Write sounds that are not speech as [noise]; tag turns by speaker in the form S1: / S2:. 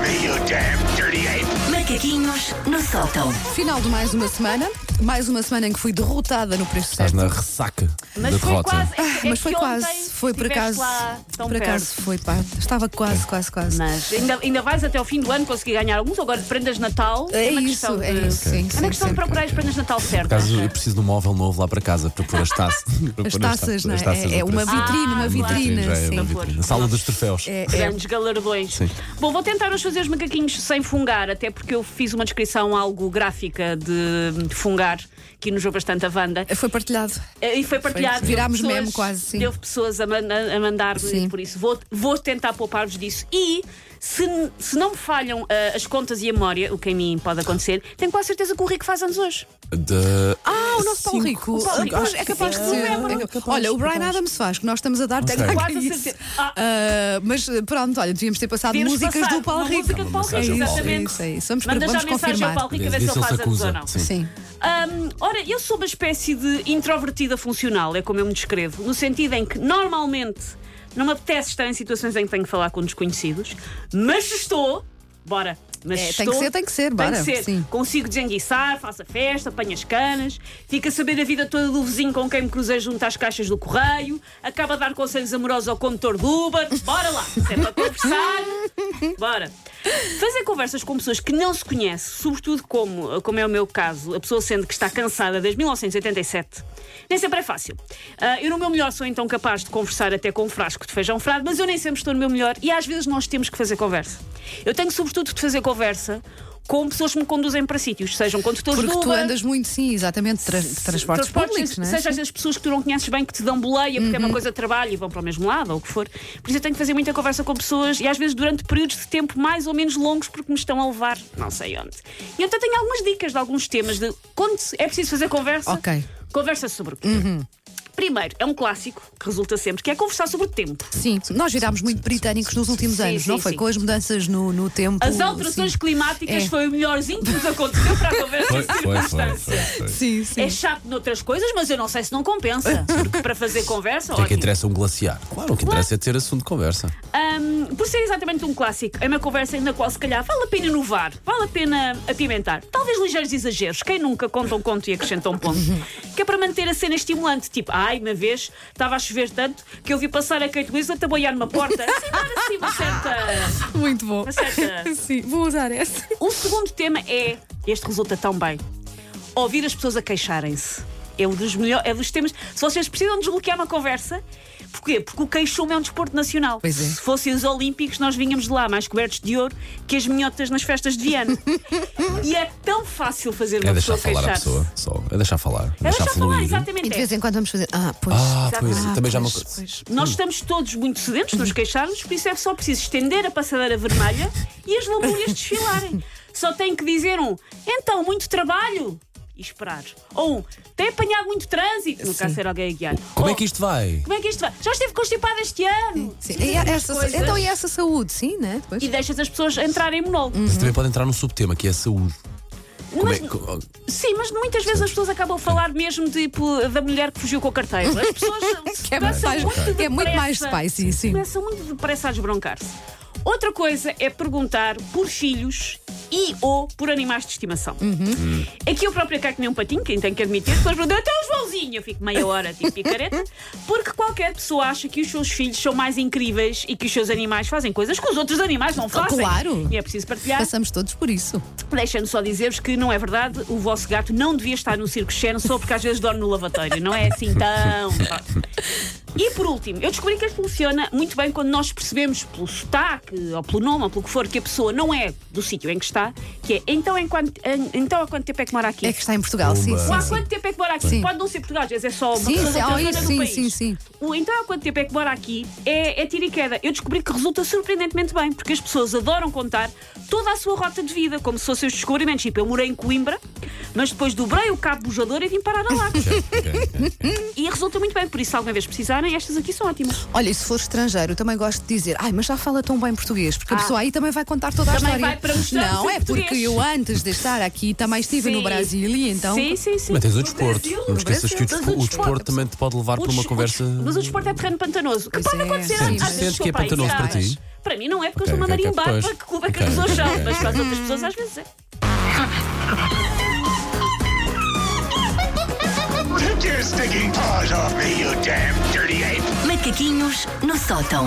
S1: me, you damn dirty ape!
S2: Macaquinhos no sótão.
S3: Final de mais uma semana. Mais uma semana em que fui derrotada no preço
S4: Estás
S3: certo.
S4: na ressaca da
S5: Mas foi
S4: derrota.
S5: quase.
S3: Ah,
S5: é
S3: mas
S5: que
S3: foi
S5: ontem
S3: quase. Foi por
S5: estiveste
S3: acaso.
S5: lá tão
S3: Por acaso
S5: perto.
S3: foi, pá. Estava quase, quase, quase.
S5: Mas ainda, ainda vais até ao fim do ano conseguir ganhar alguns. Agora de prendas de Natal.
S3: É
S5: uma
S3: isso,
S5: questão
S3: é
S5: de-
S3: isso. Sim,
S5: É uma
S3: sim,
S5: questão de
S3: sim.
S5: procurar as prendas de Natal
S4: Por
S5: certas.
S4: acaso
S5: não é?
S4: eu preciso de um móvel novo lá para casa para pôr as taças. para pôr
S3: As taças, não é?
S4: as taças
S3: É, é
S4: no
S3: uma
S4: preço.
S3: vitrine, uma
S5: Ah,
S4: Uma
S3: vitrina.
S4: já é
S3: sim.
S4: uma
S5: Então,
S4: vitrine.
S5: pois.
S4: Sala dos troféus.
S3: É, é.
S5: Grandes galardões.
S4: Sim.
S5: Bom, vou tentar hoje fazer os macaquinhos sem fungar, até porque eu fiz uma descrição algo gráfica de fungar, que enojou bastante a Wanda.
S3: é, Foi partilhado.
S5: E foi partilhado.
S3: Foi-
S5: Deu
S3: virámos
S5: pessoas-
S3: meme quase, sim.
S5: Deu pessoas a, man- a- a
S3: Sim.
S5: mandar-me por isso. Vou, vou tentar poupar-vos disso. E se, se não me falham ah, as contas e a memória, o que a mim pode acontecer, tenho quase certeza que o Rico faz anos hoje.
S4: De-
S3: Ah, o nosso Paulo
S4: Cinco.
S3: Rico.
S5: Paulo
S3: Ah,
S5: Rico.
S3: pois, É capaz de
S5: Sim.
S3: ser.
S5: É capaz,
S3: É capaz, Olha, o Brian Adams faz, que nós estamos a dar
S4: sei.
S3: técnica
S5: Quase a
S3: isso.
S5: certeza. Ah.
S3: Ah, Mas pronto, olha, devíamos ter passado
S5: Devíamos
S3: músicas
S5: passar
S3: do Paulo
S5: uma
S3: Rico.
S5: Música do Paulo
S4: É
S5: Rico,
S4: isso,
S5: exatamente.
S3: é isso, é isso. Vamos-
S5: Manda já
S3: vamos
S5: mensagem
S3: confirmar.
S5: ao Paulo Rico a ver
S4: Vê
S5: se ele
S4: se ele
S5: faz
S4: se
S5: anos ou
S4: acusa.
S5: não.
S4: Sim.
S3: Sim.
S5: Hum, ora, eu sou uma espécie de introvertida funcional, é como eu me descrevo, no sentido em que normalmente não me apetece estar em situações em que tenho que falar com desconhecidos, mas se estou, bora. Mas
S3: É,
S5: se
S3: tem
S5: estou,
S3: que ser, tem que ser,
S5: Tem
S3: bora,
S5: que ser.
S3: sim.
S5: Consigo desenguiçar, faço a festa, apanho as canas, fico a saber a vida toda do vizinho com quem me cruzei junto às caixas do correio, acaba a dar conselhos amorosos ao condutor do Uber, bora lá, se é para conversar,
S3: Uhum.
S5: bora. Fazer conversas com pessoas que não se conhecem, sobretudo como, como é o meu caso, a pessoa sendo que está cansada desde 1987, nem sempre é fácil. Ah, eu, no meu melhor, sou então capaz de conversar até com um frasco de feijão frado, mas eu nem sempre estou no meu melhor e às vezes nós temos que fazer conversa. Eu tenho, sobretudo, de fazer conversa com pessoas que me conduzem para sítios, sejam condutores
S3: Porque
S5: de
S3: tu
S5: Uber,
S3: andas muito, sim, exatamente, tra transportes, públicos, não é? Uhum.
S5: Seja as pessoas que tu não conheces bem que te dão boleia porque é uma coisa de trabalho e vão para o mesmo lado ou o que for. Por isso eu tenho que fazer muita conversa com pessoas e às vezes durante períodos de tempo mais ou menos longos porque me estão a levar não sei onde. E então tenho algumas dicas de alguns temas de quando é preciso fazer conversa.
S3: Ok. Uhum.
S5: Conversa sobre o quê? Primeiro, é um clássico que resulta sempre, que é conversar sobre o tempo.
S3: Sim, nós virámos muito britânicos nos últimos
S5: Sim,
S3: anos,
S5: sim,
S3: não foi?
S5: sim.
S3: Com as mudanças no, no tempo.
S5: As alterações
S3: sim.
S5: climáticas
S3: É.
S5: foi o melhorzinho que nos aconteceu para a conversa [laughs]
S4: Foi,
S5: em
S4: foi, foi,
S5: circunstância.
S4: foi, foi.
S3: Sim, sim.
S5: É chato noutras coisas, mas eu não sei se não
S3: [laughs]
S5: compensa. Porque para fazer conversa,
S4: O que é que
S5: ótimo.
S4: interessa um glaciar? Claro, o que interessa é ter assunto de conversa.
S5: Ahm, por ser exatamente um clássico, é uma conversa na qual se calhar vale a pena inovar, vale a pena apimentar. Talvez ligeiros exageros, quem nunca conta um conto e acrescenta um ponto. que é para manter a cena estimulante, tipo, ai, uma vez estava a chover tanto que eu vi passar a Kate Winslet a boiar numa porta. Assim, dar assim uma certa.
S3: Muito bom.
S5: Uma certa.
S3: [laughs] Sim, vou usar essa.
S5: O segundo tema é, este resulta tão bem, ouvir as pessoas a queixarem-se. É um dos melhores, é dos temas. Se vocês precisam desbloquear uma conversa, porquê? Porque o queixume é um desporto nacional.
S3: Pois é.
S5: Se fossem os Olímpicos, nós vinhamos de lá mais cobertos de ouro que as minhotas nas festas de Viana. e é tão fácil fazer uma
S4: É deixar
S5: pessoa
S4: falar a
S5: queixar-se.
S4: pessoa. Só. É deixar falar.
S5: É deixar falar,
S4: fluir.
S5: exatamente.
S3: E de
S5: é.
S3: vez em quando vamos fazer. Ah, pois.
S4: Ah,
S5: Exato.
S4: pois,
S3: Ah,
S4: também já me
S3: pois, pois.
S5: Nós estamos todos muito sedentos nos queixarmos, por isso é só preciso estender a passadeira vermelha e as lamúrias desfilarem. Só tem que dizer um, então, muito trabalho e esperar. Ou um, tem apanhado muito trânsito, no caso era alguém a guiar.
S4: Como
S5: Ou,
S4: é que isto vai?
S5: como é que isto vai? Já esteve constipado este ano.
S3: Sim.
S5: Dizem
S3: E
S5: estas
S3: essa-
S5: coisas.
S3: então, e essa saúde, sim, né? Depois.
S5: E deixas as pessoas entrarem em monólogo.
S4: Você também pode entrar num subtema que é a saúde. Hum, Como
S5: Mas-
S4: é que-
S5: Sim, mas muitas vezes as pessoas acabam a falar mesmo tipo da mulher que fugiu com a carteira. As pessoas
S3: é, muito
S5: começam
S3: mais,
S5: muito
S3: é muito mais
S5: depressa.
S3: spicy, sim.
S5: começam muito depressa a desbroncar-se. Outra coisa é perguntar por filhos e ou por animais de estimação.
S3: Uhum.
S5: Aqui eu próprio caio que nem um patinho, quem tem que admitir, depois perguntam até o Joãozinho, eu fico meia hora tipo picareta, porque qualquer pessoa acha que os seus filhos são mais incríveis e que os seus animais fazem coisas que os outros animais não fazem.
S3: Claro.
S5: E é preciso partilhar.
S3: Passamos todos por isso.
S5: Deixando só dizer-vos que não é verdade, o vosso gato não devia estar no circo Xeno só porque às vezes dorme no lavatório. Não é assim
S3: [laughs]
S5: tão. E por último, eu descobri que isto funciona muito bem quando nós percebemos pelo sotaque, ou pelo nome, ou pelo que for, que a pessoa não é do sítio em que está, que é então, em quanto- em- então há quanto tempo é que mora aqui?
S3: É que está em Portugal, sim,
S4: Pumba.
S5: Ou há
S3: sim. sim.
S5: quanto tempo é que mora aqui?
S3: Sim.
S5: Pode não ser português, às vezes é só uma
S3: Sim,
S5: pessoa
S3: sim,
S5: da
S3: ah,
S5: outra zona
S3: isso,
S5: do
S3: sim,
S5: país.
S3: sim, sim.
S5: O então há quanto tempo é que mora aqui é, é tiro e queda. Eu descobri que resulta surpreendentemente bem, porque as pessoas adoram contar toda a sua rota de vida, como se fossem os descobrimentos. Tipo, eu morei em Coimbra, mas depois dobrei o cabo bujador e vim parar a Lagos.
S3: [laughs]
S5: e resulta muito bem, por isso, se alguma vez precisarem, estas aqui são ótimas.
S3: Olha, e se for estrangeiro, eu também gosto de dizer, ai, mas já fala tão bem português, porque a
S5: Ah.
S3: pessoa aí também vai contar toda a
S5: Também
S3: história.
S5: vai para mostrar o
S3: Não,
S5: seu
S3: é
S5: português.
S3: porque eu antes de estar aqui também Ah, estive no
S5: Sim.
S3: Brasil e então.
S5: Sim, sim, sim.
S4: Mas tens o
S5: No
S4: desporto.
S5: Brasil,
S4: Não
S5: no
S4: esqueças que o,
S5: Brasil.
S4: despo-
S5: Mas
S4: o desporto também te pode levar
S5: O
S4: para uma
S5: des- o
S4: conversa.
S5: des- Mas o desporto é terreno pantanoso. Que
S3: Pois
S5: pode
S3: é,
S5: acontecer
S3: sim,
S5: às
S3: mas-
S5: vezes.
S4: Sentes que é
S5: desculpa aí,
S4: pantanoso para
S5: sabes?
S4: ti?
S5: Para mim não é, porque
S4: Ok,
S5: eu sou uma
S4: ok, ok,
S5: marimbar.
S4: pois.
S5: Para que culpa é que
S4: Ok,
S5: as pessoas
S4: ok,
S5: são?
S4: ok,
S5: Mas para as
S4: ok.
S5: outras pessoas às vezes é.
S1: Take your stinking paws off me, you damn dirty ape!
S2: Macaquinhos no sótão.